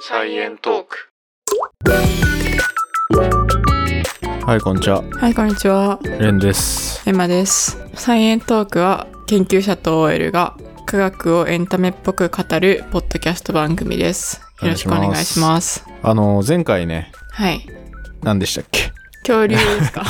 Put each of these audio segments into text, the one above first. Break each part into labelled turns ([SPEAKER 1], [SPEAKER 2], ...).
[SPEAKER 1] サイエントーク。
[SPEAKER 2] はい、こんにちは。
[SPEAKER 1] はい、こんにちは。
[SPEAKER 2] レンです。
[SPEAKER 1] エマです。サイエントークは研究者と OL が科学をエンタメっぽく語るポッドキャスト番組です。よろしくお願いします。
[SPEAKER 2] あの、前回ね、
[SPEAKER 1] はい。
[SPEAKER 2] 何でしたっけ
[SPEAKER 1] 恐竜ですか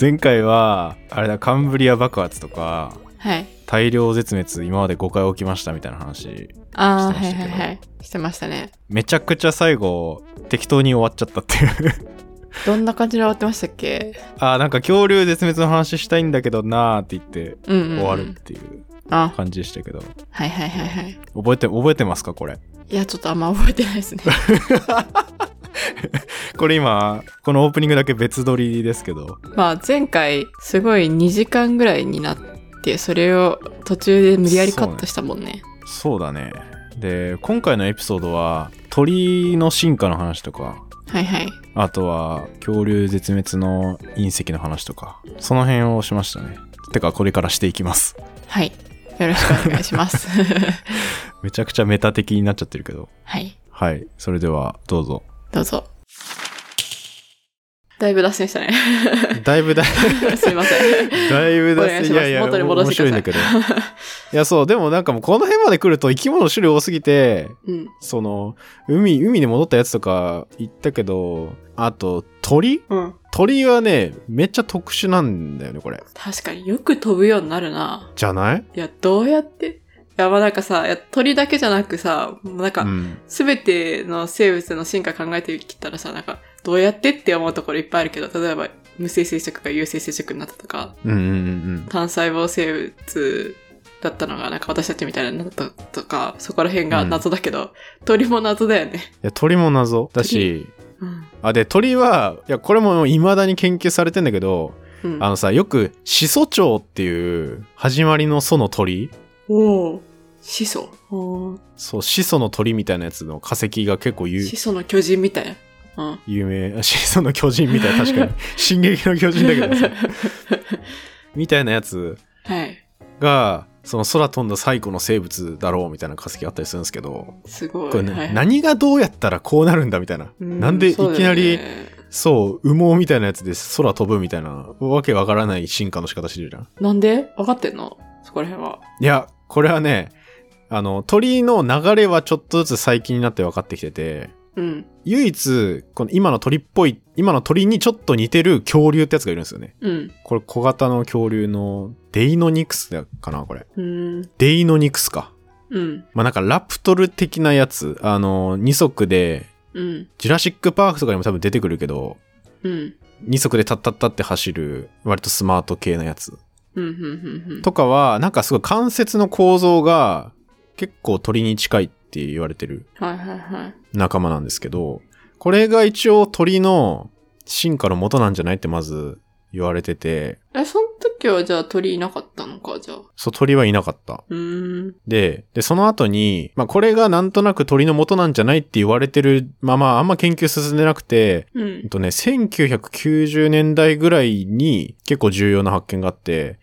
[SPEAKER 2] 前回は、あれだ、カンブリア爆発とか、
[SPEAKER 1] はい。
[SPEAKER 2] 大量絶滅、今まで5回起きましたみたいな話。
[SPEAKER 1] ああ、
[SPEAKER 2] してまし
[SPEAKER 1] はい
[SPEAKER 2] た
[SPEAKER 1] は
[SPEAKER 2] け
[SPEAKER 1] い
[SPEAKER 2] ど
[SPEAKER 1] はい。してましたね。
[SPEAKER 2] めちゃくちゃ最後、適当に終わっちゃったっていう。
[SPEAKER 1] どんな感じで終わってましたっけ
[SPEAKER 2] あー、なんか恐竜絶滅の話したいんだけどなーって言って、
[SPEAKER 1] うんうん、うん。
[SPEAKER 2] 終わるっ。ていう
[SPEAKER 1] あ、
[SPEAKER 2] 感じでしたけど。
[SPEAKER 1] はいはいはいはい。
[SPEAKER 2] 覚えて、覚えてますかこれ。
[SPEAKER 1] いや、ちょっとあんま覚えてないですね。
[SPEAKER 2] これ今、このオープニングだけ別撮りですけど。
[SPEAKER 1] まあ前回すごい2時間ぐらいになってそれを途中で無理やりカットしたもんね。
[SPEAKER 2] そうだね。で、今回のエピソードは、鳥の進化の話とか、
[SPEAKER 1] はいはい。
[SPEAKER 2] あとは恐竜絶滅の隕石の話とかその辺をしましたねてかこれからしていきます
[SPEAKER 1] はい。よろしくお願いします。
[SPEAKER 2] めちゃくちゃメタ的になっちゃってるけど
[SPEAKER 1] はい。
[SPEAKER 2] はいそれではどうぞ
[SPEAKER 1] どうぞ。だいぶ脱線したね。
[SPEAKER 2] だい ぶだい
[SPEAKER 1] すいません。
[SPEAKER 2] ぶだいぶ
[SPEAKER 1] お願いします元に戻
[SPEAKER 2] 面
[SPEAKER 1] して
[SPEAKER 2] 白い
[SPEAKER 1] く
[SPEAKER 2] ん
[SPEAKER 1] ださ
[SPEAKER 2] だ
[SPEAKER 1] い
[SPEAKER 2] けど いやそうでもなんかもうこの辺まで来ると生き物の種類多すぎて
[SPEAKER 1] うん。
[SPEAKER 2] その海海に戻ったやつとか言ったけどあと鳥
[SPEAKER 1] うん。
[SPEAKER 2] 鳥はねめっちゃ特殊なんだよねこれ
[SPEAKER 1] 確かによく飛ぶようになるな。
[SPEAKER 2] じゃない
[SPEAKER 1] いや、どうやっていや、まあなんかさ、いや鳥だけじゃなくさ、もうなん
[SPEAKER 2] う
[SPEAKER 1] か、
[SPEAKER 2] ん
[SPEAKER 1] すべての生物の進化考えてきたらさ、なんか、どうやってって思うところいっぱいあるけど、例えば、無性生殖が有性生殖になったとか、
[SPEAKER 2] うんうんうん
[SPEAKER 1] 単細胞生物だったのがなんか私たちみたいになったとかそこら辺が謎だけど、鳥も謎だよね。
[SPEAKER 2] いや鳥も謎だし
[SPEAKER 1] うん
[SPEAKER 2] あで鳥はいやこれも未だに研究されてんだけど、
[SPEAKER 1] うん、
[SPEAKER 2] あのさよく始祖鳥っていう始まりの祖の鳥
[SPEAKER 1] おお始祖おー
[SPEAKER 2] そう始祖の鳥みたいなやつの化石が結構有
[SPEAKER 1] 始祖の巨人みたいな。うん、
[SPEAKER 2] 有名始祖の巨人みたいな 確かに進撃の巨人だけどさみたいなやつ
[SPEAKER 1] はい
[SPEAKER 2] がその空飛んだ最古の生物だろうみたいな化石あったりするんですけど
[SPEAKER 1] すごい。
[SPEAKER 2] これ、ね
[SPEAKER 1] はいはい
[SPEAKER 2] 何がどうやったらこうなるんだみたいな、
[SPEAKER 1] う
[SPEAKER 2] なんでいき
[SPEAKER 1] そうだ
[SPEAKER 2] な
[SPEAKER 1] よ
[SPEAKER 2] り
[SPEAKER 1] ね
[SPEAKER 2] そう羽毛みたいなやつで空飛ぶみたいなわけわからない進化の仕方してるじゃん
[SPEAKER 1] なんで分かってんのそこら辺は。
[SPEAKER 2] いや、これはね、あの、鳥の流れはちょっとずつ最近になって分かってきてて、
[SPEAKER 1] うん。
[SPEAKER 2] 唯一、この今の鳥っぽい、今の鳥にちょっと似てる恐竜ってやつがいるんですよね。
[SPEAKER 1] うん。
[SPEAKER 2] これ小型の恐竜のデイノニクスだかなこれ。
[SPEAKER 1] うん。
[SPEAKER 2] デイノニクスか。
[SPEAKER 1] うん。
[SPEAKER 2] まあ、なんかラプトル的なやつ。あの、二足で、
[SPEAKER 1] うん。
[SPEAKER 2] ジュラシックパークとかにも多分出てくるけど、
[SPEAKER 1] うん。
[SPEAKER 2] 二足でタッタッタって走る、割とスマート系のやつ。
[SPEAKER 1] うん。うん。うん。うん
[SPEAKER 2] とかは、なんかすごい関節の構造が結構鳥に近いって言われてる
[SPEAKER 1] はいはいはい。
[SPEAKER 2] 仲間なんですけど、これが一応鳥の進化の元なんじゃないってまず言われてて、
[SPEAKER 1] え、その時はじゃあ鳥いなかったのか、じゃあ。
[SPEAKER 2] そう鳥はいなかった。
[SPEAKER 1] うーん。
[SPEAKER 2] で、で、その後に、まあこれがなんとなく鳥の元なんじゃないって言われてるままあんま研究進んでなくて、
[SPEAKER 1] う
[SPEAKER 2] えっ
[SPEAKER 1] ん。
[SPEAKER 2] とね、1990年代ぐらいに結構重要な発見があって、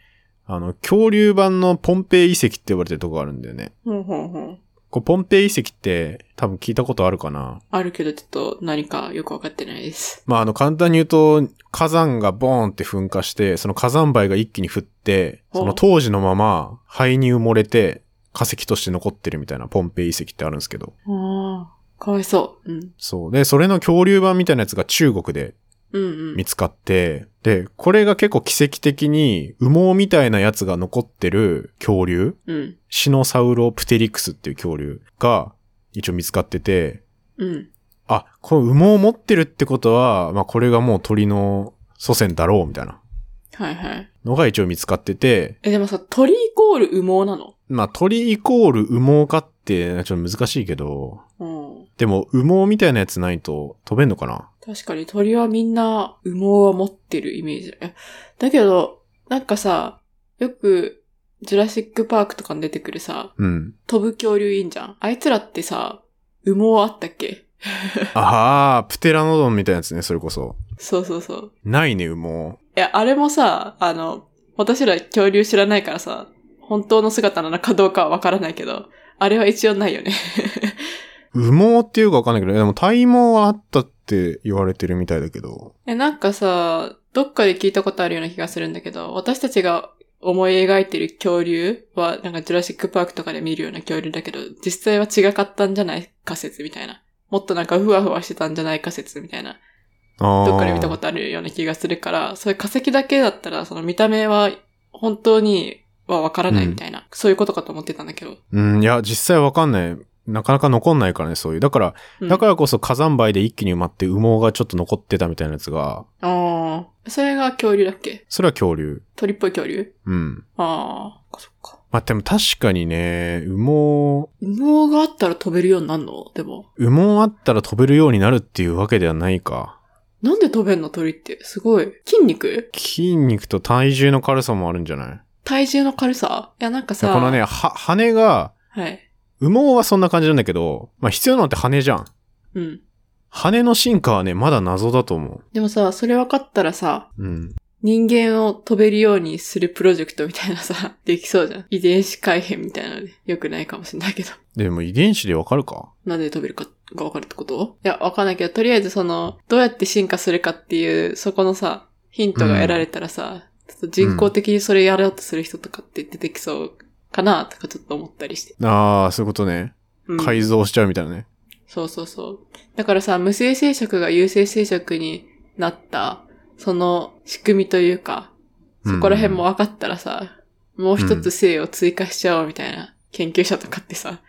[SPEAKER 2] あの、恐竜版のポンペイ遺跡って呼ばれてるとこがあるんだよね。
[SPEAKER 1] ほうほうほう。
[SPEAKER 2] こうポンペイ遺跡って多分聞いたことあるかな
[SPEAKER 1] あるけど、ちょっと何かよくわかってないです。
[SPEAKER 2] まあ、あの、簡単に言うと、火山がボーンって噴火して、その火山灰が一気に降って、
[SPEAKER 1] ほう
[SPEAKER 2] その当時のまま灰に埋もれて、化石として残ってるみたいなポンペイ遺跡ってあるんですけど。
[SPEAKER 1] ああ、かわいそう。うん。
[SPEAKER 2] そう。で、それの恐竜版みたいなやつが中国で
[SPEAKER 1] うんうん
[SPEAKER 2] 見。つかって、で、これが結構奇跡的に羽毛みたいなやつが残ってる恐竜、
[SPEAKER 1] うん。
[SPEAKER 2] シノサウロプテリクスっていう恐竜が一応見つかってて、
[SPEAKER 1] うん。
[SPEAKER 2] あ、この羽毛を持ってるってことは、まあこれがもう鳥の祖先だろうみたいな
[SPEAKER 1] はいはい。
[SPEAKER 2] のが一応見つかってて、
[SPEAKER 1] え、でもさ、鳥イコール羽毛なの
[SPEAKER 2] まあ鳥イコール羽毛かってちょっと難しいけど、
[SPEAKER 1] うん。
[SPEAKER 2] でも羽毛みたいなやつないと飛べんのかな
[SPEAKER 1] 確かに鳥はみんな羽毛は持ってるイメージだ。えだけど、なんかさ、よく、ジュラシックパークとかに出てくるさ、
[SPEAKER 2] うん。
[SPEAKER 1] 飛ぶ恐竜いいんじゃんあいつらってさ、羽毛あったっけ
[SPEAKER 2] ああ、プテラノドンみたいなやつね、それこそ。
[SPEAKER 1] そうそうそう。
[SPEAKER 2] ないね、羽毛。
[SPEAKER 1] いや、あれもさ、あの、私ら恐竜知らないからさ、本当の姿なのかどうかはわからないけど、あれは一応ないよね。
[SPEAKER 2] 羽毛っていうかわかんないけど、でも体毛はあったって言われてるみたいだけど。
[SPEAKER 1] え、なんかさ、どっかで聞いたことあるような気がするんだけど、私たちが思い描いてる恐竜は、なんかジュラシックパークとかで見るような恐竜だけど、実際は違かったんじゃない仮説みたいな。もっとなんかふわふわしてたんじゃない仮説みたいな。
[SPEAKER 2] ああ。
[SPEAKER 1] どっかで見たことあるような気がするから、そういう化石だけだったら、その見た目は本当にはわからないみたいな、そういうことかと思ってたんだけど。
[SPEAKER 2] うん、いや、実際わかんない。なかなか残んないからね、そういう。だから、
[SPEAKER 1] うん
[SPEAKER 2] だからこそ火山灰で一気に埋まって羽毛がちょっと残ってたみたいなやつが、
[SPEAKER 1] ああ。それが恐竜だっけ
[SPEAKER 2] それは恐竜。
[SPEAKER 1] 鳥っぽい恐竜
[SPEAKER 2] うん。
[SPEAKER 1] ああ。そっか。
[SPEAKER 2] まあ、でも確かにね、羽毛、
[SPEAKER 1] 羽毛があったら飛べるようになるのでも。
[SPEAKER 2] 羽毛あったら飛べるようになるっていうわけではないか。
[SPEAKER 1] なんで飛べんの鳥って。すごい。筋肉
[SPEAKER 2] 筋肉と体重の軽さもあるんじゃない
[SPEAKER 1] 体重の軽さいや、なんか
[SPEAKER 2] いや
[SPEAKER 1] さ。
[SPEAKER 2] このね、は、羽が、
[SPEAKER 1] はい。
[SPEAKER 2] 羽毛はそんな感じなんだけど、まあ、必要なのって羽じゃん。
[SPEAKER 1] うん。
[SPEAKER 2] 羽の進化はね、まだ謎だと思
[SPEAKER 1] でもさ、それ分かったらさ、
[SPEAKER 2] う。うん。
[SPEAKER 1] 人間を飛べるようにするプロジェクトみたいなさ、 できそうじゃん。遺伝子改変みたいなので、よくないかもしれないけど。
[SPEAKER 2] でも遺伝子でわかるか
[SPEAKER 1] なんで飛べるかが分かるってこといや、分かんないけど、とりあえずその、どうやって進化するかっていう、そこのさ、ヒントが得られたらさ、ちょっと人工的にそれやろうとする人とかって出てきそうかな、とかちょっと思ったりして。
[SPEAKER 2] ああ、そういうことね。
[SPEAKER 1] うん
[SPEAKER 2] 改造しちゃうみたいなね。
[SPEAKER 1] そうそうそう。だからさ、無性生殖が有性生殖になった、その仕組みというか、そこら辺も分かったらさ、もう一つ性を追加しちゃおうみたいな研究者とかってさ、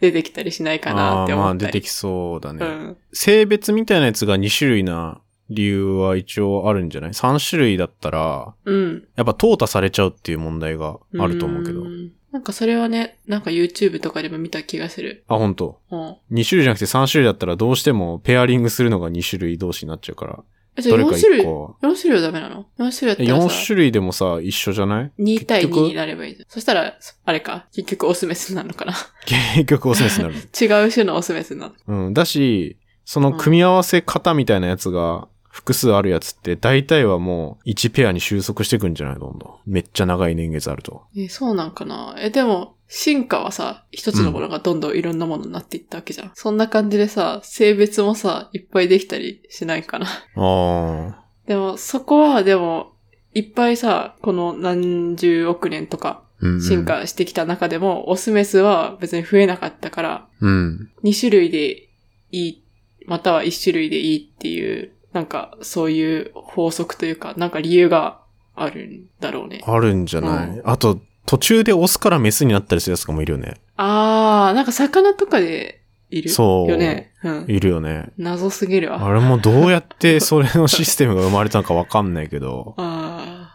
[SPEAKER 1] 出てきたりしないかなって
[SPEAKER 2] あーま
[SPEAKER 1] 思
[SPEAKER 2] あ
[SPEAKER 1] った
[SPEAKER 2] 出
[SPEAKER 1] り。
[SPEAKER 2] てきそうだね、
[SPEAKER 1] うん。
[SPEAKER 2] 性別みたいなやつが2種類な理由は一応あるんじゃない ?3 種類だったら、
[SPEAKER 1] うん。
[SPEAKER 2] やっぱ淘汰されちゃうっていう問題があると思うけど。
[SPEAKER 1] んなんかそれはね、なんか YouTube とかでも見た気がする。
[SPEAKER 2] あ、本当
[SPEAKER 1] うん。
[SPEAKER 2] 2種類じゃなくて3種類だったらどうしてもペアリングするのが2種類同士になっちゃうから、
[SPEAKER 1] え、じゃ
[SPEAKER 2] ど
[SPEAKER 1] あ
[SPEAKER 2] れか
[SPEAKER 1] 4種
[SPEAKER 2] 1
[SPEAKER 1] 類、4
[SPEAKER 2] 個は。
[SPEAKER 1] 種類はダメなの ?4 種類だった
[SPEAKER 2] 4
[SPEAKER 1] らさ、
[SPEAKER 2] 種類でもさ、一緒じゃない
[SPEAKER 1] 2対
[SPEAKER 2] 結局
[SPEAKER 1] 2になればいいじゃん。そしたら、あれか、結局オスメスになるのかな
[SPEAKER 2] 結局オスメスになる。
[SPEAKER 1] 違う種のオスメスになる。
[SPEAKER 2] うん。だし、その組み合わせ方みたいなやつが複数あるやつって、大体はもう1ペアに収束してくんじゃないどんどん。めっちゃ長い年月あると。
[SPEAKER 1] え、そうなんかなえ、でも、進化はさ、一つのものがどんどんいろんなものになっていったわけじゃん。そんな感じでさ、性別もさ、いっぱいできたりしないかな。
[SPEAKER 2] ああ。
[SPEAKER 1] でも、そこは、でも、いっぱいさ、この何十億年とか
[SPEAKER 2] うんうん
[SPEAKER 1] 進。化してきた中でも、オスメスは別に増えなかったから、
[SPEAKER 2] うん。
[SPEAKER 1] 2種類でいい、または1種類でいいっていう、なんか、そういう法則というか、なんか理由があるんだろうね。
[SPEAKER 2] あるんじゃない、
[SPEAKER 1] う
[SPEAKER 2] あと、途中でオスからメスになったりするやつとかもいるよね。
[SPEAKER 1] あー、なんか魚とかでいる
[SPEAKER 2] そう
[SPEAKER 1] よね。うん。
[SPEAKER 2] いるよね。
[SPEAKER 1] 謎すぎるわ。
[SPEAKER 2] あれもどうやってそれのシステムが生まれたのかわかんないけど。
[SPEAKER 1] あ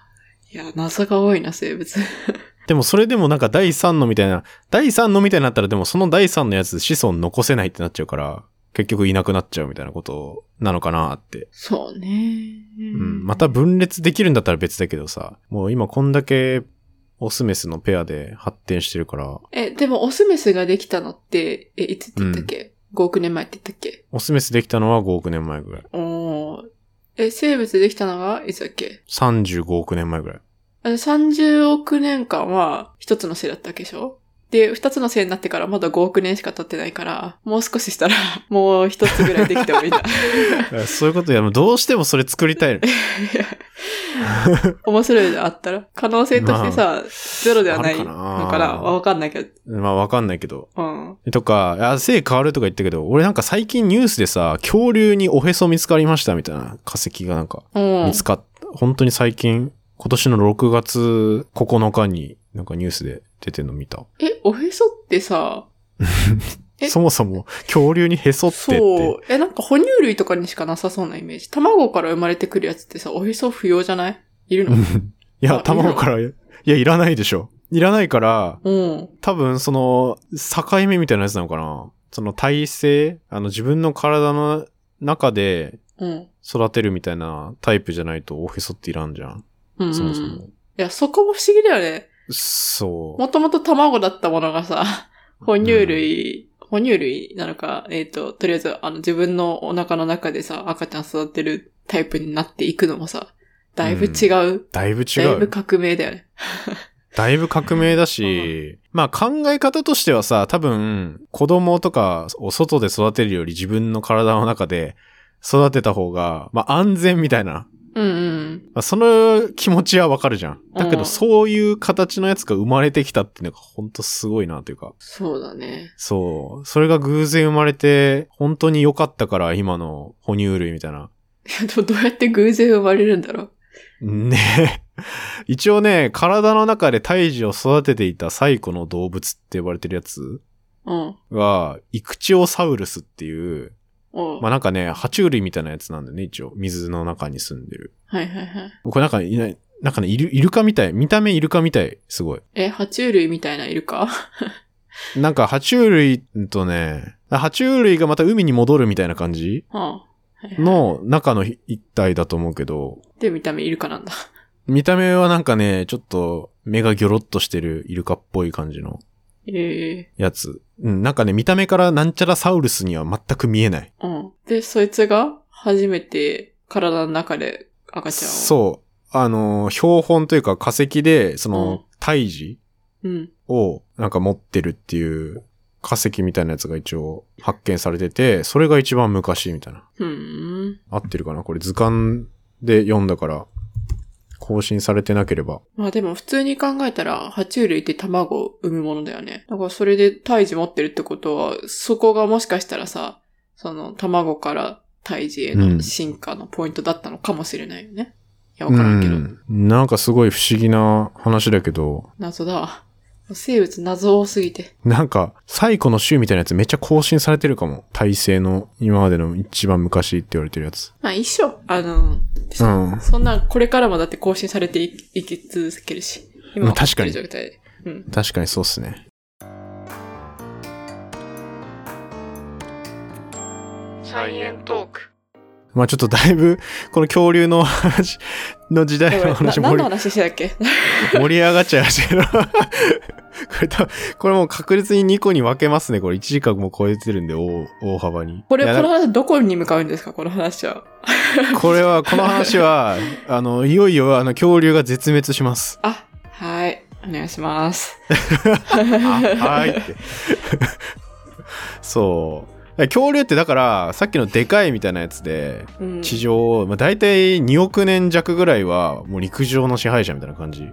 [SPEAKER 1] ー。いや、謎が多いな、生物。
[SPEAKER 2] でもそれでもなんか第3のみたいな、第3のみたいになったらでもその第3のやつ子孫残せないってなっちゃうから、結局いなくなっちゃうみたいなことなのかなって。
[SPEAKER 1] そうね。う
[SPEAKER 2] うん。また分裂できるんだったら別だけどさ、もう今こんだけオスメスのペアで発展してるから、
[SPEAKER 1] え、でも、オスメスができたのって、え、いつって言ったっけ、?5 億年前って言ったっけ
[SPEAKER 2] オスメスできたのは5億年前ぐらい。
[SPEAKER 1] おー。え、生物できたのがいつだっけ
[SPEAKER 2] 35億年前ぐらい。
[SPEAKER 1] あの30億年間は一つの性だったわけでしょで、二つの性になってからまだ5億年しか経ってないから、もう少ししたら、もう一つぐらいできてもいい んだ。
[SPEAKER 2] あそういうことや、もうどうしてもそれ作りたい。
[SPEAKER 1] いや 面白いのあったら。可能性としてさ、ゼロではないのか
[SPEAKER 2] あるか
[SPEAKER 1] な
[SPEAKER 2] な
[SPEAKER 1] わかんないけど。
[SPEAKER 2] まあわかんないけど。
[SPEAKER 1] うん。
[SPEAKER 2] とか、あ、性変わるとか言ったけど、俺なんか最近ニュースでさ、恐竜におへそ見つかりましたみたいな化石がなんか
[SPEAKER 1] うん
[SPEAKER 2] 見。つかった。本当に最近、今年の6月9日になんかニュースで出てるの見た。
[SPEAKER 1] え、おへそってさ、え
[SPEAKER 2] そもそも恐竜にへそってって。
[SPEAKER 1] そう。え、なんか哺乳類とかにしかなさそうなイメージ。卵から生まれてくるやつってさ、おへそ不要じゃないいる
[SPEAKER 2] う
[SPEAKER 1] の
[SPEAKER 2] ん いや、
[SPEAKER 1] あ
[SPEAKER 2] 卵から、いや、いらないでしょ。いらないから、
[SPEAKER 1] うん。
[SPEAKER 2] 多分その、境目みたいなやつなのかな。その体制、あの自分の体の中で
[SPEAKER 1] うん。
[SPEAKER 2] 育てるみたいなタイプじゃないとおへそっていらんじゃん。
[SPEAKER 1] うん、
[SPEAKER 2] そもそ
[SPEAKER 1] い
[SPEAKER 2] も。
[SPEAKER 1] や、そこも不思議だよね。
[SPEAKER 2] そう。
[SPEAKER 1] もともと卵だったものがさ、哺乳類、哺乳類なのか、えっ、と、とりあえず、あの、自分のお腹の中でさ、赤ちゃん育てるタイプになっていくのもさ、だいぶ違う。
[SPEAKER 2] だいぶ違。
[SPEAKER 1] だいうぶ革命だよね。
[SPEAKER 2] だいぶ革命だし、まあ考え方としてはさ、多分、子供とかを外で育てるより自分の体の中で育てた方が、まあ安全みたいな。
[SPEAKER 1] うんうん。
[SPEAKER 2] まあその気持ちはわかるじゃん。だけ
[SPEAKER 1] う
[SPEAKER 2] ど、
[SPEAKER 1] ん
[SPEAKER 2] そういう形のやつが生まれてきたっていうのが本当すごいなというか。
[SPEAKER 1] そうだね。
[SPEAKER 2] そう。それが偶然生まれて、本当に良かったから、今の哺乳類みたいな。
[SPEAKER 1] いや、でもどうやって偶然生まれるんだろう。
[SPEAKER 2] ね 一応ね、体の中で胎児を育てていた最古の動物って呼ばれてるやつ
[SPEAKER 1] うん。
[SPEAKER 2] が、イクチオサウルスっていう、
[SPEAKER 1] おう
[SPEAKER 2] まあ、なんかね、爬虫類みたいなやつなんだよね、一応。水の中に住んでる。
[SPEAKER 1] はいはいはい。
[SPEAKER 2] これなんかいない、なんかね、イルイルカみたい。見た目イルカみたい。すごい。
[SPEAKER 1] え、爬虫類みたいなイルカ
[SPEAKER 2] なんか、爬虫類とね、爬虫類がまた海に戻るみたいな感じ
[SPEAKER 1] うん。はいはい、
[SPEAKER 2] の中の一体だと思うけど、
[SPEAKER 1] で、見た目イルカなんだ。
[SPEAKER 2] 見た目はなんかね、ちょっと目がギョロッとしてるイルカっぽい感じの
[SPEAKER 1] ええ
[SPEAKER 2] やつ。うん、なんかね、見た目からなんちゃらサウルスには全く見えない。
[SPEAKER 1] うん。で、そいつが初めて体の中で赤ちゃんを。
[SPEAKER 2] そう。あのー、標本というか化石で、そ
[SPEAKER 1] うん
[SPEAKER 2] の、胎児
[SPEAKER 1] う。うん。
[SPEAKER 2] をなんか持ってるっていう化石みたいなやつが一応発見されてて、それが一番昔みたいな。
[SPEAKER 1] ふーん。
[SPEAKER 2] 合ってるかなこれ図鑑で読んだから、更新されてなければ。
[SPEAKER 1] まあでも普通に考えたら、爬虫類って卵を産むものだよね。だからそれで胎児持ってるってことは、そこがもしかしたらさ、その卵から胎児へ
[SPEAKER 2] う
[SPEAKER 1] の
[SPEAKER 2] ん
[SPEAKER 1] 進化のポイントだったのかもしれないよね。いや、わからんけど。
[SPEAKER 2] うん、なんかすごい不思議な話だけど、
[SPEAKER 1] 謎だわ。生物謎多すぎて。
[SPEAKER 2] なんか、最古の週みたいなやつめっちゃ更新されてるかも。体制の今までの一番昔って言われてるやつ。
[SPEAKER 1] まあ一緒。あの、
[SPEAKER 2] うん。
[SPEAKER 1] そんな、これからもだって更新されていいき続けるし。
[SPEAKER 2] ま
[SPEAKER 1] 今
[SPEAKER 2] あ確かに
[SPEAKER 1] 持ってる状態で。 うん。
[SPEAKER 2] 確かにそうっすね。
[SPEAKER 1] サイエントーク。
[SPEAKER 2] まあちょっとだいぶ、この恐竜の話、の時代の話
[SPEAKER 1] 何
[SPEAKER 2] 盛
[SPEAKER 1] の
[SPEAKER 2] り
[SPEAKER 1] 話してたっけ
[SPEAKER 2] 盛り上がっちゃいましたけど。 これ多分これもう確実に2個に分けますね。これ1時間も超えてるんで、大大幅に。
[SPEAKER 1] これ、
[SPEAKER 2] い
[SPEAKER 1] こ
[SPEAKER 2] や
[SPEAKER 1] の話どこに向かうんですかこの話は。
[SPEAKER 2] これは、この話 は、あの、いよいよ、あの、恐竜が絶滅します。
[SPEAKER 1] あ、はい。お願いします。
[SPEAKER 2] あはーいって。 そう。恐竜ってだから、さっきのでかいみたいなやつで、
[SPEAKER 1] うん。
[SPEAKER 2] 地上を、まあ、大体2億年弱ぐらいは、もう陸上の支配者みたいな感じ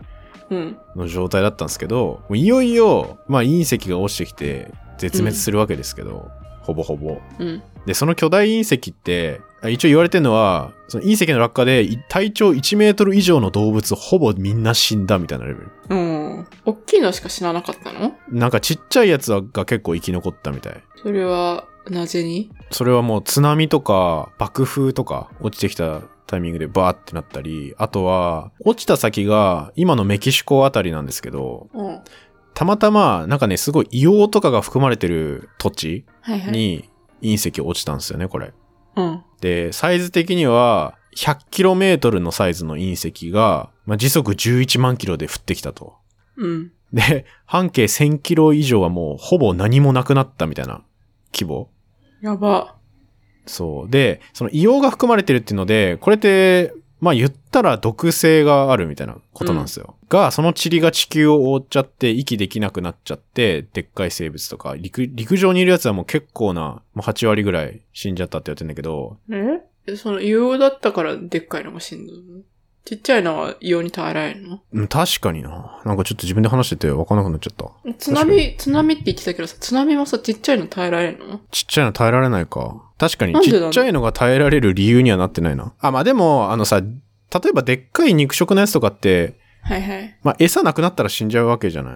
[SPEAKER 1] うん。
[SPEAKER 2] の状態だったんですけど、もういよいよ、まあ隕石が落ちてきて、絶滅するわけですけど、ほぼほぼ。
[SPEAKER 1] うん。
[SPEAKER 2] で、その巨大隕石って、あ一応言われてるのは、その隕石の落下でい体長1メートル以上の動物ほぼみんな死んだみたいなレベル。
[SPEAKER 1] うん。おっきいのしか知らなかったの
[SPEAKER 2] なんかちっちゃいやつはが結構生き残ったみたい。
[SPEAKER 1] それは、なぜに
[SPEAKER 2] それはもう津波とか爆風とか落ちてきたタイミングでバーってなったり、あとは落ちた先が今のメキシコあたりなんですけど、
[SPEAKER 1] うん。は
[SPEAKER 2] たまたまなんかね、すごい硫黄とかが含まれてる土地
[SPEAKER 1] いはい。
[SPEAKER 2] に隕石落ちたんですよね、これ。
[SPEAKER 1] うん。
[SPEAKER 2] で、サイズ的には 100km のサイズの隕石が、まあ、時速11万キロで降ってきたと。
[SPEAKER 1] うん。
[SPEAKER 2] で、半径1000キロ以上はもうほぼ何もなくなったみたいな規模。
[SPEAKER 1] やば。
[SPEAKER 2] そう。で、その硫黄が含まれてるっていうので、これって、まあ言ったら毒性があるみたいなことなんですよ。が、その塵が地球を覆っちゃって、息できなくなっちゃって、でっかい生物とか、陸、陸上にいるやつはもう結構な、もう8割ぐらい死んじゃったって言ってんだけど、
[SPEAKER 1] えその、硫黄だったからでっかいのが死んだのちっちゃいのは硫黄に耐えられるの
[SPEAKER 2] うん確かにな。なんかちょっと自分で話してて分かんなくなっちゃった。
[SPEAKER 1] 津波、津波って言ってたけどさ、津波もさ、ちっちゃいの耐えられるの
[SPEAKER 2] ちっちゃいの耐えられないか。確かに
[SPEAKER 1] なんで
[SPEAKER 2] ち
[SPEAKER 1] だろ
[SPEAKER 2] っ
[SPEAKER 1] う
[SPEAKER 2] ちゃいのが耐えられる理由にはなってないな。あ、まあでも、あのさ、例えばでっかい肉食のやつとかって、
[SPEAKER 1] はいはい。
[SPEAKER 2] まあ餌なくなったら死んじゃうわけじゃない。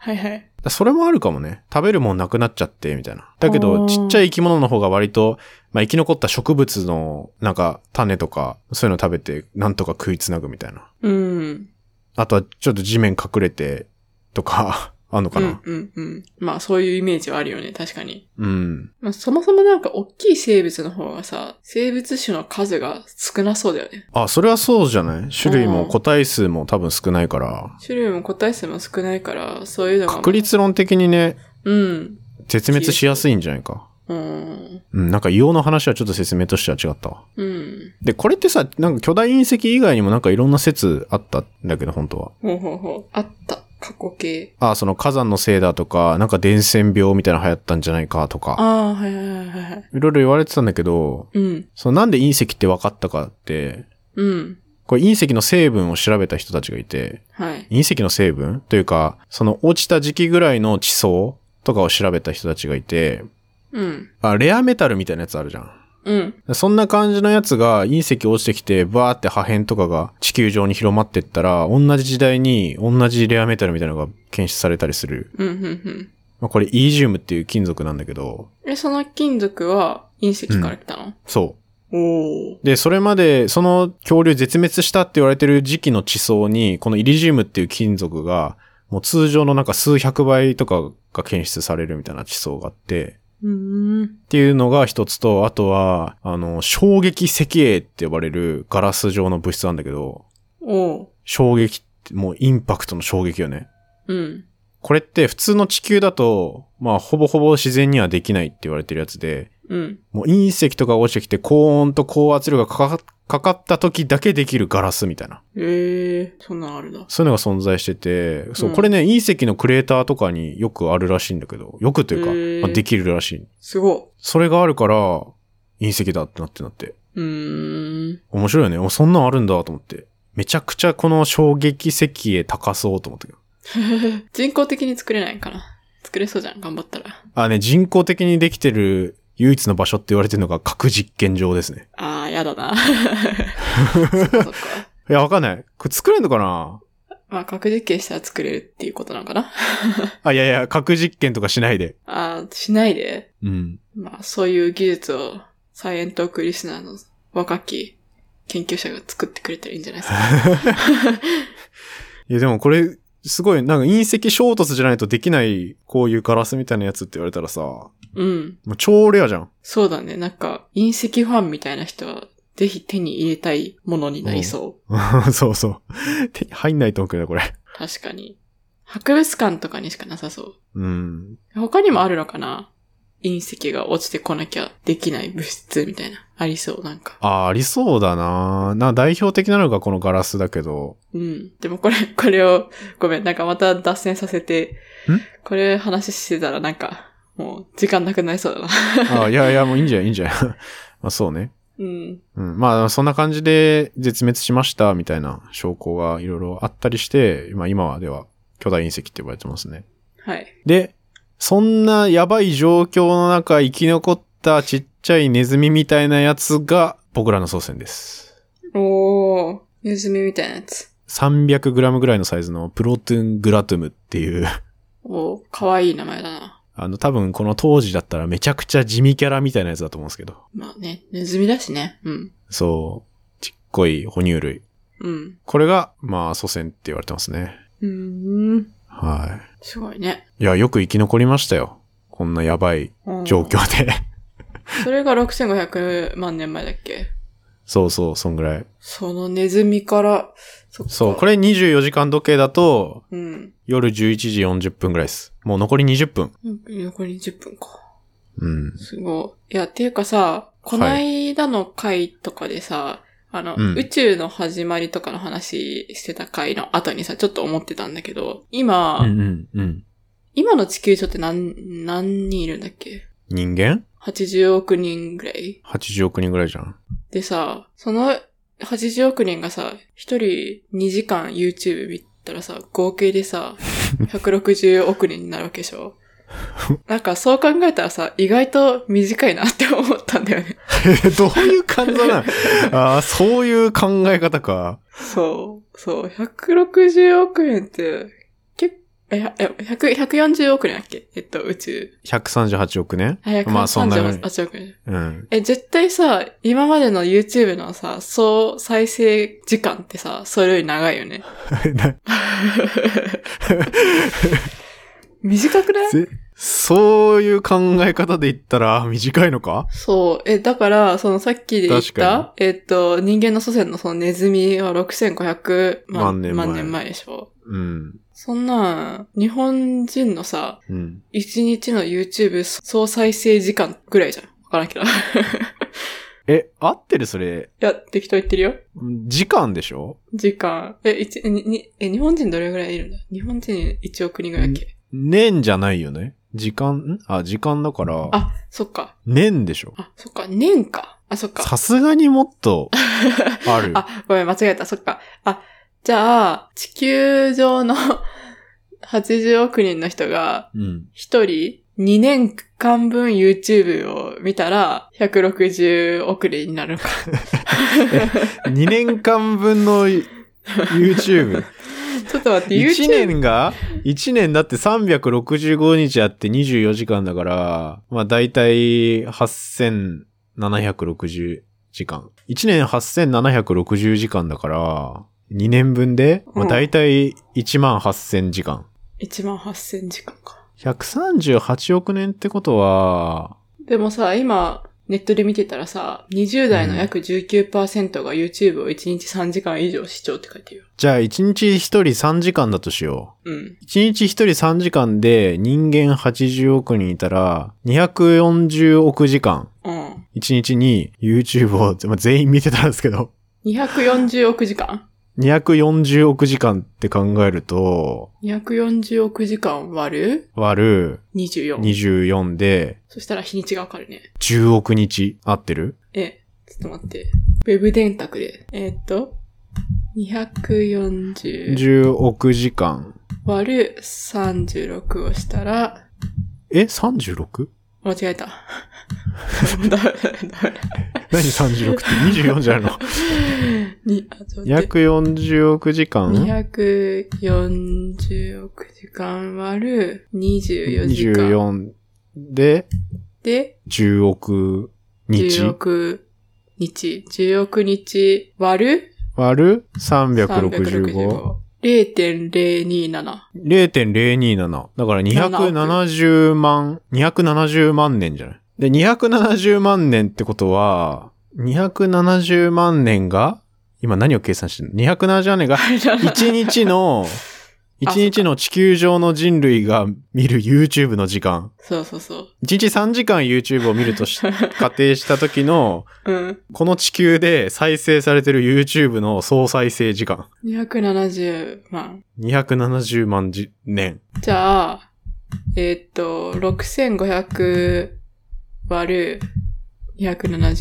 [SPEAKER 1] はいはい。
[SPEAKER 2] だそれもあるかもね。食べるもんなくなっちゃって、みたいな。だけ
[SPEAKER 1] あ
[SPEAKER 2] ど、
[SPEAKER 1] ー
[SPEAKER 2] ちっちゃい生き物の方が割と、まあ、生き残った植物の、なんか、種とか、そういうの食べて、なんとか食いつなぐみたいな。
[SPEAKER 1] うん。
[SPEAKER 2] あとは、ちょっと地面隠れて、とか、 あんのか
[SPEAKER 1] う、。
[SPEAKER 2] なん
[SPEAKER 1] うん、うん。まあ、そういうイメージはあるよね、確かに。
[SPEAKER 2] うん。
[SPEAKER 1] まあ、そもそもなんか、大きい生物の方がさ、生物種の数が少なそうだよね。
[SPEAKER 2] あ、それはそうじゃない種類も
[SPEAKER 1] うん
[SPEAKER 2] 個体数も多分少ないから。
[SPEAKER 1] 種類も個体数も少ないから、そういうのが。
[SPEAKER 2] 確率論的にね、
[SPEAKER 1] うん。
[SPEAKER 2] 絶滅しやすいんじゃないか。
[SPEAKER 1] うん。
[SPEAKER 2] うん、なんか硫黄の話はちょっと説明としては違ったわ。
[SPEAKER 1] うん。
[SPEAKER 2] で、これってさ、なんか巨大隕石以外にもなんかいろんな説あったんだけど、本当は。
[SPEAKER 1] ほうほうほう。あった。過去形。
[SPEAKER 2] あ、その火山のせいだとか、なんか伝染病みたいなの流行ったんじゃないかと
[SPEAKER 1] あ
[SPEAKER 2] か、
[SPEAKER 1] あ、はいはいはいはいはい。
[SPEAKER 2] いろいろ言われてたんだけど、
[SPEAKER 1] うん。
[SPEAKER 2] そのなんで隕石って分かったかって、
[SPEAKER 1] うん。
[SPEAKER 2] これ隕石の成分を調べた人たちがいて、
[SPEAKER 1] はい。
[SPEAKER 2] 隕石の成分というか、その落ちた時期ぐらいの地層とかを調べた人たちがいて、
[SPEAKER 1] うん。
[SPEAKER 2] あ、レアメタルみたいなやつあるじゃん。
[SPEAKER 1] うん。
[SPEAKER 2] そんな感じのやつが隕石落ちてきて、バーって破片とかが地球上に広まってったら、同じ時代に同じレアメタルみたいなのが検出されたりする。
[SPEAKER 1] うん。うん。うん。
[SPEAKER 2] まあ、これイージウムっていう金属なんだけど、
[SPEAKER 1] え、その金属は隕石から来たの、
[SPEAKER 2] そう。
[SPEAKER 1] おお。
[SPEAKER 2] で、それまで、その恐竜絶滅したって言われてる時期の地層に、このイリジウムっていう金属が、もう通常のなんか数百倍とかが検出されるみたいな地層があって、
[SPEAKER 1] うーん。
[SPEAKER 2] っていうのが一つと、あとは、あの、衝撃石英って呼ばれるガラス状の物質なんだけど、
[SPEAKER 1] おお。
[SPEAKER 2] 衝撃って、もうインパクトの衝撃よね。
[SPEAKER 1] うん。
[SPEAKER 2] これって普通の地球だと、まあ、ほぼほぼ自然にはできないって言われてるやつで、
[SPEAKER 1] うん。
[SPEAKER 2] もう隕石とか落ちてきて高温と高圧力がかかかかった時だけできるガラスみたいな。
[SPEAKER 1] ええー、そんなんあるんだ。
[SPEAKER 2] そういうのが存在してて、そう、
[SPEAKER 1] うん
[SPEAKER 2] これね、隕石のクレーターとかによくあるらしいんだけど、よくと
[SPEAKER 1] へ
[SPEAKER 2] いう
[SPEAKER 1] ー
[SPEAKER 2] か、まあできるらしい。
[SPEAKER 1] すご
[SPEAKER 2] それがあるから、隕石だってなってなって。
[SPEAKER 1] い。うーん。
[SPEAKER 2] 面白いよね。おそんなんあるんだと思って。めちゃくちゃこの衝撃石へ高そうと思ったけど。
[SPEAKER 1] 人工的に作れないかな。作れそうじゃん、頑張ったら。
[SPEAKER 2] あ、ね、人工的にできてる唯一の場所って言われてるのが核実験場ですね。
[SPEAKER 1] ああ、やだな。 そっかそっか。
[SPEAKER 2] いや、わかんない。これ作れんのかな
[SPEAKER 1] まあ、核実験したら作れるっていうことなのかな。
[SPEAKER 2] あ、いやいや、核実験とかしないで。
[SPEAKER 1] ああ、しないで。
[SPEAKER 2] うん。
[SPEAKER 1] まあ、そういう技術を、サイエントークリスナーの若き研究者が作ってくれたらいいんじゃないですか。
[SPEAKER 2] いや、でもこれ、すごい、なんか隕石衝突じゃないとできない、こういうガラスみたいなやつって言われたらさ、も
[SPEAKER 1] うん。
[SPEAKER 2] う超レアじゃん。
[SPEAKER 1] そうだね。なんか、隕石ファンみたいな人は、ぜひ手に入れたいものになりそう。
[SPEAKER 2] そうそう。手に入んないと思うけどね、これ。
[SPEAKER 1] 確かに。博物館とかにしかなさそう。
[SPEAKER 2] うん。
[SPEAKER 1] 他にもあるのかな隕石が落ちてこなきゃできない物質みたいな。ありそう、なんか。
[SPEAKER 2] あー、ありそうだなな、代表的なのがこのガラスだけど。
[SPEAKER 1] うん。でもこれ、 これを、ごめん、なんかまた脱線させて
[SPEAKER 2] ん、
[SPEAKER 1] これ話してたらなんか、もう時間なくなりそうだな。
[SPEAKER 2] あーいやいや、もういいんじゃないいいんじゃ ないまあそうね。
[SPEAKER 1] うん。
[SPEAKER 2] うん。まあ、そんな感じで絶滅しました、みたいな証拠がいろいろあったりして、まあ今はでは巨大隕石って呼ばれてますね。
[SPEAKER 1] はい。
[SPEAKER 2] で、そんなやばい状況の中生き残ったちっちゃいネズミみたいなやつが僕らの祖先です。
[SPEAKER 1] おー、ネズミみたいなやつ。
[SPEAKER 2] 300g ぐらいのサイズのプロトゥングラトゥムっていう、
[SPEAKER 1] おー、かわいい名前だな。
[SPEAKER 2] あの多分この当時だったらめちゃくちゃ地味キャラみたいなやつだと思うんですけど。
[SPEAKER 1] まあね、ネズミだしね。うん。
[SPEAKER 2] そう。ちっこい哺乳類。
[SPEAKER 1] うん。
[SPEAKER 2] これが、まあ祖先って言われてますね。
[SPEAKER 1] うーん。
[SPEAKER 2] は
[SPEAKER 1] すごいね。
[SPEAKER 2] い。いや、よく生き残りましたよ。こんなやばい
[SPEAKER 1] うん
[SPEAKER 2] 状。況で。
[SPEAKER 1] それが6500万年前だっけ
[SPEAKER 2] そうそう、そんぐらい。
[SPEAKER 1] そのネズミから、そっか
[SPEAKER 2] そう、これ24時間時計だと、
[SPEAKER 1] うん。
[SPEAKER 2] 夜11時40分ぐらいです。もう残り20分。
[SPEAKER 1] 残り10分か。
[SPEAKER 2] うん。
[SPEAKER 1] すごい。いや、っていうかさ、こないだの回とかでさ、あの、
[SPEAKER 2] うん
[SPEAKER 1] 宇宙の始まりとかの話してた回の後にさ、ちょっと思ってたんだけど、今、
[SPEAKER 2] うんうんうん。
[SPEAKER 1] 今の地球上って何、何人いるんだっけ
[SPEAKER 2] 人間
[SPEAKER 1] ?80 億人ぐらい
[SPEAKER 2] ?80 億人ぐらいじゃん。
[SPEAKER 1] でさ、その80億人がさ、一人2時間 YouTube 見たらさ、合計で さ、160億人になるわけでしょなんかそう考えたらさ、意外と短いなって思ったんだよね。
[SPEAKER 2] どういう感じだな。ああ、そういう考え方か。
[SPEAKER 1] そう、そう、160億円って、結構、え、え100 140億円だっけえっと、宇宙。
[SPEAKER 2] 138億ね。
[SPEAKER 1] あ、138億円。
[SPEAKER 2] まあそんなぐらいうん。
[SPEAKER 1] え、絶対さ、今までの YouTube のさ、総再生時間ってさ、それより長いよね。
[SPEAKER 2] な
[SPEAKER 1] 短くない
[SPEAKER 2] ぜそういう考え方で言ったら短いのか
[SPEAKER 1] そう。え、だから、そのさっきで言っ
[SPEAKER 2] 確か
[SPEAKER 1] た、えっと、人間の祖先のそのネズミは6500
[SPEAKER 2] 万
[SPEAKER 1] 万
[SPEAKER 2] 年前
[SPEAKER 1] 万年前でしょ。
[SPEAKER 2] うん。
[SPEAKER 1] そんなん、日本人のさ、
[SPEAKER 2] うん。
[SPEAKER 1] 一日の YouTube 総再生時間ぐらいじゃん。わからんけど。
[SPEAKER 2] え、合ってるそれ、
[SPEAKER 1] いや、適当言ってるよ。
[SPEAKER 2] 時間でしょ
[SPEAKER 1] 時間。え、一、に、にえ、日本人どれぐらいいるんだ日本人1億人ぐらいだっけ
[SPEAKER 2] 年じゃないよね時間、んあ、時間だから、
[SPEAKER 1] あ、そっか。
[SPEAKER 2] 年でしょ
[SPEAKER 1] あ、そっか。年か。あ、そっか。
[SPEAKER 2] さすがにもっと、 ある。
[SPEAKER 1] あ、ごめん、間違えた。そっか。あ、じゃあ、地球上の 80億人の人が、
[SPEAKER 2] うん。
[SPEAKER 1] 一人2年間分 YouTube を見たら、160億人になるのか。
[SPEAKER 2] 2年間分の YouTube。
[SPEAKER 1] ちょっと待って、
[SPEAKER 2] 1
[SPEAKER 1] YouTube。
[SPEAKER 2] 年が、1年だって365日あって24時間だから、まあ大体8760時間。1年8760時間だから、2年分で、まあ
[SPEAKER 1] うん
[SPEAKER 2] 大体1万8000時間。
[SPEAKER 1] 1万8000時間か。
[SPEAKER 2] 138億年ってことは、
[SPEAKER 1] でもさ、今、ネットで見てたらさ、20代の約19%が YouTube を1日3時間以上視聴って書いてるよ。
[SPEAKER 2] じゃあ1日1人3時間だとしよう。
[SPEAKER 1] うん。
[SPEAKER 2] 1日1人3時間で人間80億人いたら、240億時間。
[SPEAKER 1] うん。
[SPEAKER 2] 一日に YouTube を、まあ、全員見てたんですけど、
[SPEAKER 1] 240億時間
[SPEAKER 2] 240億時間って考えると、
[SPEAKER 1] ?240 億時間割る
[SPEAKER 2] 割る
[SPEAKER 1] ?24。
[SPEAKER 2] 24で
[SPEAKER 1] そしたら日にちがわかるね。
[SPEAKER 2] 10億日合ってる
[SPEAKER 1] え、ちょっと待って。ウェブ電卓で。えーっと、240
[SPEAKER 2] ?10 億時間。
[SPEAKER 1] 割る36をしたら、
[SPEAKER 2] え ?36?
[SPEAKER 1] 間違えた。ダメだ、ダメだ。
[SPEAKER 2] 何36って24じゃないの
[SPEAKER 1] に、あ、ちょっと待って
[SPEAKER 2] ?240 億時間
[SPEAKER 1] 240億時間割る24時間
[SPEAKER 2] ?24 で
[SPEAKER 1] で
[SPEAKER 2] 10億日
[SPEAKER 1] 10億日。10億日割る
[SPEAKER 2] 割る
[SPEAKER 1] 365
[SPEAKER 2] 365。。
[SPEAKER 1] 0.027。
[SPEAKER 2] 0.027。だから270万、270万年じゃないで、270万年ってことは、270万年が、今何を計算してるの ?270 万年が、1日 の、
[SPEAKER 1] あ
[SPEAKER 2] 1日の地球上の人類が見る YouTube の時間。
[SPEAKER 1] そうそうそう。
[SPEAKER 2] 1日3時間 YouTube を見るとし仮定した時の、
[SPEAKER 1] うん。
[SPEAKER 2] この地球で再生されてる YouTube の総再生時間。
[SPEAKER 1] 270万。
[SPEAKER 2] 270万じ年。
[SPEAKER 1] じゃあ、えーっと、6500割る270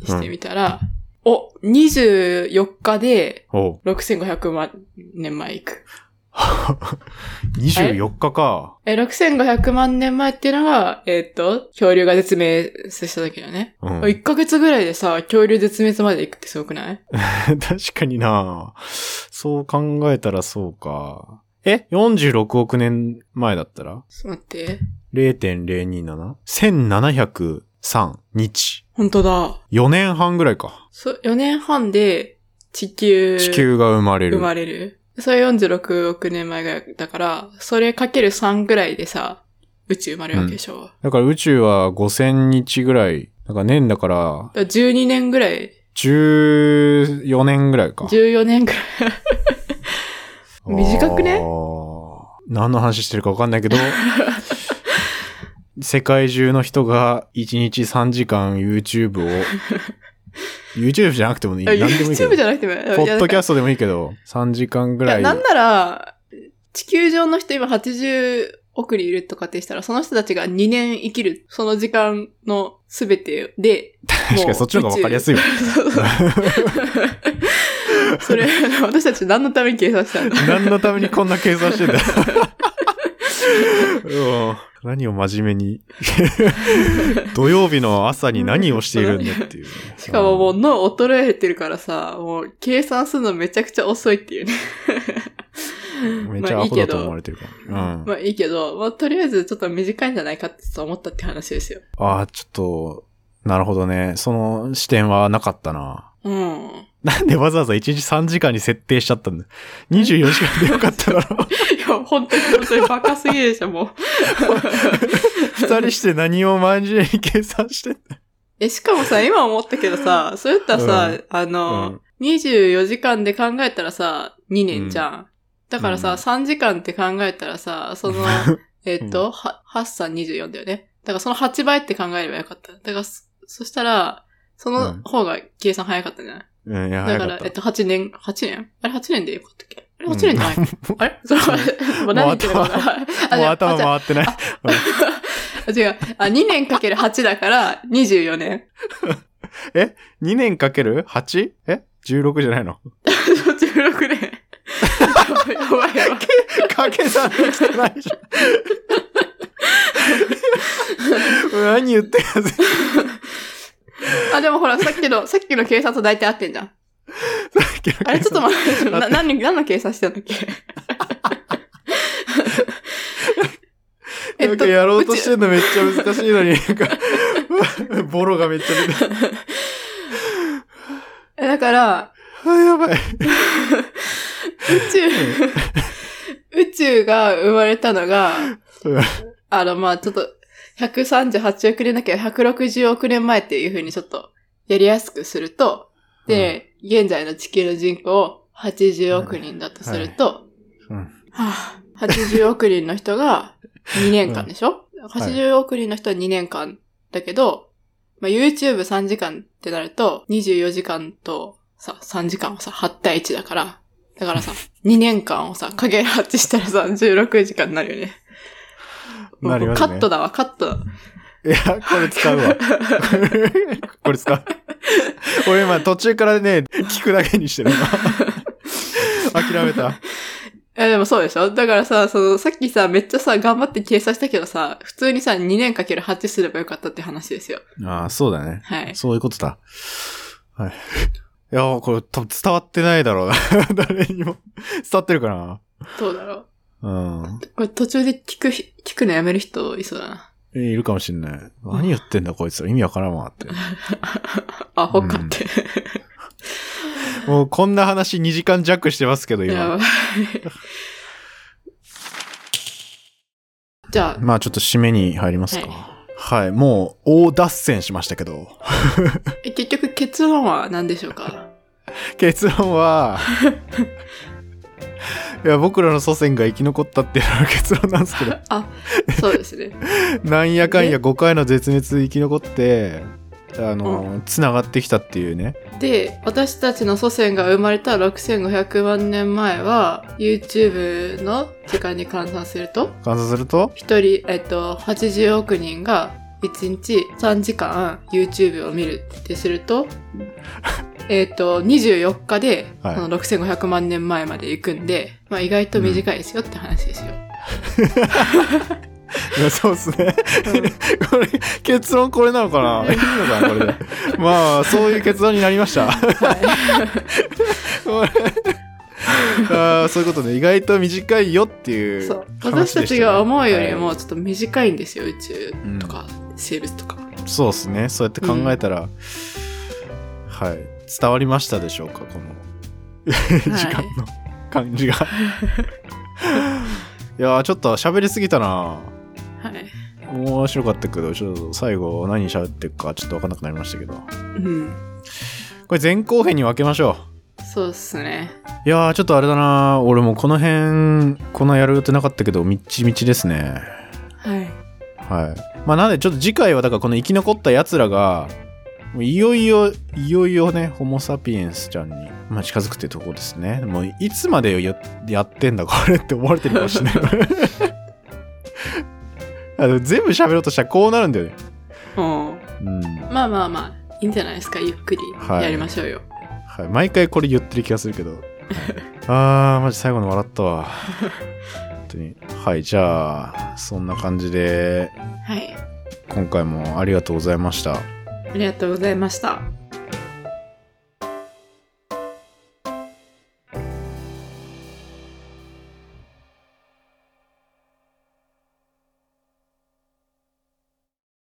[SPEAKER 1] にしてみたら、お、24日で
[SPEAKER 2] おう
[SPEAKER 1] 6500万年前行く。
[SPEAKER 2] 24日か。
[SPEAKER 1] え、6500万年前っていうのが、えーっと、恐竜が絶滅した時だね。
[SPEAKER 2] うん、
[SPEAKER 1] 1ヶ月ぐらいでさ、恐竜絶滅まで行くってすごくない
[SPEAKER 2] 確かになそう考えたらそうか。え ?46 億年前だったら
[SPEAKER 1] ちょっと待って。
[SPEAKER 2] 0.027?1703 日。
[SPEAKER 1] 本当だ。
[SPEAKER 2] 4年半ぐらいか。
[SPEAKER 1] そ、4年半で地球。
[SPEAKER 2] 地球が生まれる。
[SPEAKER 1] 生まれる。それ46億年前ぐらいだから、それかける3ぐらいでさ、宇宙生まれるわけでしょ。だか
[SPEAKER 2] だから宇宙は5000日ぐらい。だから年だから
[SPEAKER 1] ら12年ぐらい、
[SPEAKER 2] 14年ぐらいか。
[SPEAKER 1] 14年ぐらい。短くね
[SPEAKER 2] あー何の話してるかわかんないけ ど、世界中の人が1日3時間 YouTube を、YouTube じゃなくてもいい。何でもいいけ
[SPEAKER 1] YouTube じ
[SPEAKER 2] ど。
[SPEAKER 1] ゃなくても、いや
[SPEAKER 2] ポッドキャ
[SPEAKER 1] ス
[SPEAKER 2] ストでもいいけど、3時間ぐ
[SPEAKER 1] ト
[SPEAKER 2] らい。
[SPEAKER 1] なんなら、地球上の人今80億人いるとかってしたら、その人たちが2年生きる、その時間のすべてで、
[SPEAKER 2] 確かにそっちの方がわかりやすいわ
[SPEAKER 1] わ。そうそうそれ、私たち何のために計算したんだ
[SPEAKER 2] 何のためにこんな計算してんだ ようん何を真面目に。土曜日の朝に何をしているんだっていうね、
[SPEAKER 1] しかももう脳衰えてるからさ、もう計算するのめちゃくちゃ遅いっていうね。
[SPEAKER 2] めっちゃアホだと思われてるから。うん。
[SPEAKER 1] まあいいけど、まあとりあえずちょっと短いんじゃないかってちょっと思ったって話ですよ。
[SPEAKER 2] ああ、ちょっと、なるほどね。その視点はなかったな。
[SPEAKER 1] うん。
[SPEAKER 2] なんでわざわざ1日3時間に設定しちゃったんだ ?24 時間でよかっただ ろ
[SPEAKER 1] いや、本当に本当にバカすぎでしょ、 もう。
[SPEAKER 2] 二人して何を毎日に計算してんだ
[SPEAKER 1] え、しかもさ、今思ったけどさ、そういったらさ、
[SPEAKER 2] うん
[SPEAKER 1] あ
[SPEAKER 2] う
[SPEAKER 1] の
[SPEAKER 2] ん、
[SPEAKER 1] 24時間で考えたらさ、2年じゃん。だから
[SPEAKER 2] う
[SPEAKER 1] さ、
[SPEAKER 2] ん
[SPEAKER 1] 3時間って考えたらさ、そ の、えっと、は8、3、24だよね。だからその8倍って考えればよかった。だからそ、そしたら、その方が計算早かったんじゃない、
[SPEAKER 2] うん、いや、
[SPEAKER 1] だ
[SPEAKER 2] 早
[SPEAKER 1] か
[SPEAKER 2] からっ、た
[SPEAKER 1] えっ。と、8年、8年あれ8年でよかったっけあれ8年じゃない、 あれそれは、 もう何言ってるのかなあ
[SPEAKER 2] もう
[SPEAKER 1] じゃあ
[SPEAKER 2] 頭
[SPEAKER 1] あじゃあ
[SPEAKER 2] 回ってない。
[SPEAKER 1] あ違う。あ、2年かける8だから24年。
[SPEAKER 2] 2年かける 8? え ?16 じゃないの
[SPEAKER 1] 16年。やばいやばい。
[SPEAKER 2] 掛け算できてないじゃん。何言ってるやつ。
[SPEAKER 1] あ、でもほら、さっきの、さっきの計算と大体合ってんじゃん。あれちょっと
[SPEAKER 2] 待
[SPEAKER 1] 待って、な何、何の計算してたんだ っけ
[SPEAKER 2] なんかやろうとしてんのめっちゃ難しいのに、なんか、 ボロがめっちゃ出てる。
[SPEAKER 1] えだから、
[SPEAKER 2] あ、やばい。
[SPEAKER 1] 宇宙、宇宙が生まれたのが、
[SPEAKER 2] うん
[SPEAKER 1] あの、まあちょっと、138億年だけど、160億年前っていう風にちょっと、やりやすくすると、で、現在の地球の人口を80億人だとすると、
[SPEAKER 2] うん
[SPEAKER 1] はあ、80億人の人が2年間でしょ、?80 億人の人は2年間だけど、まあ、YouTube3 時間ってなると、24時間とさ、3時間をさ、8対1だから、だからさ、2年間をさ、影8したらさ、16時間になるよね。
[SPEAKER 2] なりますね
[SPEAKER 1] カットだわ、カットだ。
[SPEAKER 2] いや、これ使う わ。これ使う。俺今途中からね、聞くだけにして る。今諦めた。
[SPEAKER 1] え、でもそうでしょだからさ、その、さっきさ、めっちゃさ、頑張って計算したけどさ、普通にさ、2年かける8すればよかったって話ですよ。
[SPEAKER 2] ああ、そうだね。
[SPEAKER 1] はい。
[SPEAKER 2] そういうことだ。はい。いやー、これ多分伝わってないだろうな。 誰にも。伝わってるかな
[SPEAKER 1] どうだろ
[SPEAKER 2] うん。
[SPEAKER 1] う。これ途中で聞くひ、聞くのやめる人いそうだな。
[SPEAKER 2] えいるかもしんない。何言ってんだこいつ。意味わからんわって。
[SPEAKER 1] あ、ほっかって。
[SPEAKER 2] もうこんな話2時間弱してますけど、
[SPEAKER 1] や
[SPEAKER 2] 今。
[SPEAKER 1] ばい。じゃ
[SPEAKER 2] まあちょっと締めに入りますか。はい、もう大脱線しましたけ ど。
[SPEAKER 1] あ、え結局結論は何でしょうか
[SPEAKER 2] 結論 はいや僕らの祖先が生き残ったっていうのが結論なんですけ ど
[SPEAKER 1] あ、そうですね。
[SPEAKER 2] なんやかんや5回の絶滅生き残ってあのつながってきたっていうね
[SPEAKER 1] で、私たちの祖先が生まれた6500万年前は、YouTube の時間に換算すると、
[SPEAKER 2] 観察すると
[SPEAKER 1] 一人、えっと、80億人が1日3時間 YouTube を見るってすると、えっと、24日で、
[SPEAKER 2] はい
[SPEAKER 1] その6500万年前まで行くんで、まあ意外と短いですよって話ですよ。
[SPEAKER 2] いやそうっすね
[SPEAKER 1] うん
[SPEAKER 2] これ結論これなのかな いいのかなこれでまあそういう結論になりました これ あーそういうことね意外と短いよっていう
[SPEAKER 1] そう。
[SPEAKER 2] 話
[SPEAKER 1] 私た
[SPEAKER 2] でしたね
[SPEAKER 1] ちが思うより
[SPEAKER 2] は
[SPEAKER 1] もちょっと短いんですよ、宇宙とか、生物とか。
[SPEAKER 2] いそうですねそうやって考えたら、はい伝わりましたでしょうかこの時間の感 じが。いやーちょっと喋りすぎたな
[SPEAKER 1] はい。はい。
[SPEAKER 2] 面白かったけどちょっと最後何喋ってるかちょっと分かんなくなりましたけど
[SPEAKER 1] うん。
[SPEAKER 2] これ前後編に分けましょ
[SPEAKER 1] そうっすね。
[SPEAKER 2] ういやーちょっとあれだな俺もこの辺こんなやる予定なかったけどみっちみちですね
[SPEAKER 1] はい。
[SPEAKER 2] はいまあなんでちょっと次回はだからこの生き残ったやつらがもういよいよいよいよねホモ・サピエンスちゃんに、まあ、近づくってとこですねもういつまでややってんだこれって思われてるかもしれない あの全部喋ろうとしたらこうなるんだよね
[SPEAKER 1] うん。
[SPEAKER 2] うん、
[SPEAKER 1] まあまあまあ、いいんじゃないですか、ゆっくり
[SPEAKER 2] はい
[SPEAKER 1] やりましょうよ。
[SPEAKER 2] はい、毎回これ言ってる気がするけどあーマジ最後の笑ったわ本当にはいじゃあそんな感じで
[SPEAKER 1] はい。
[SPEAKER 2] 今回もありがとうございました
[SPEAKER 1] ありがとうございました。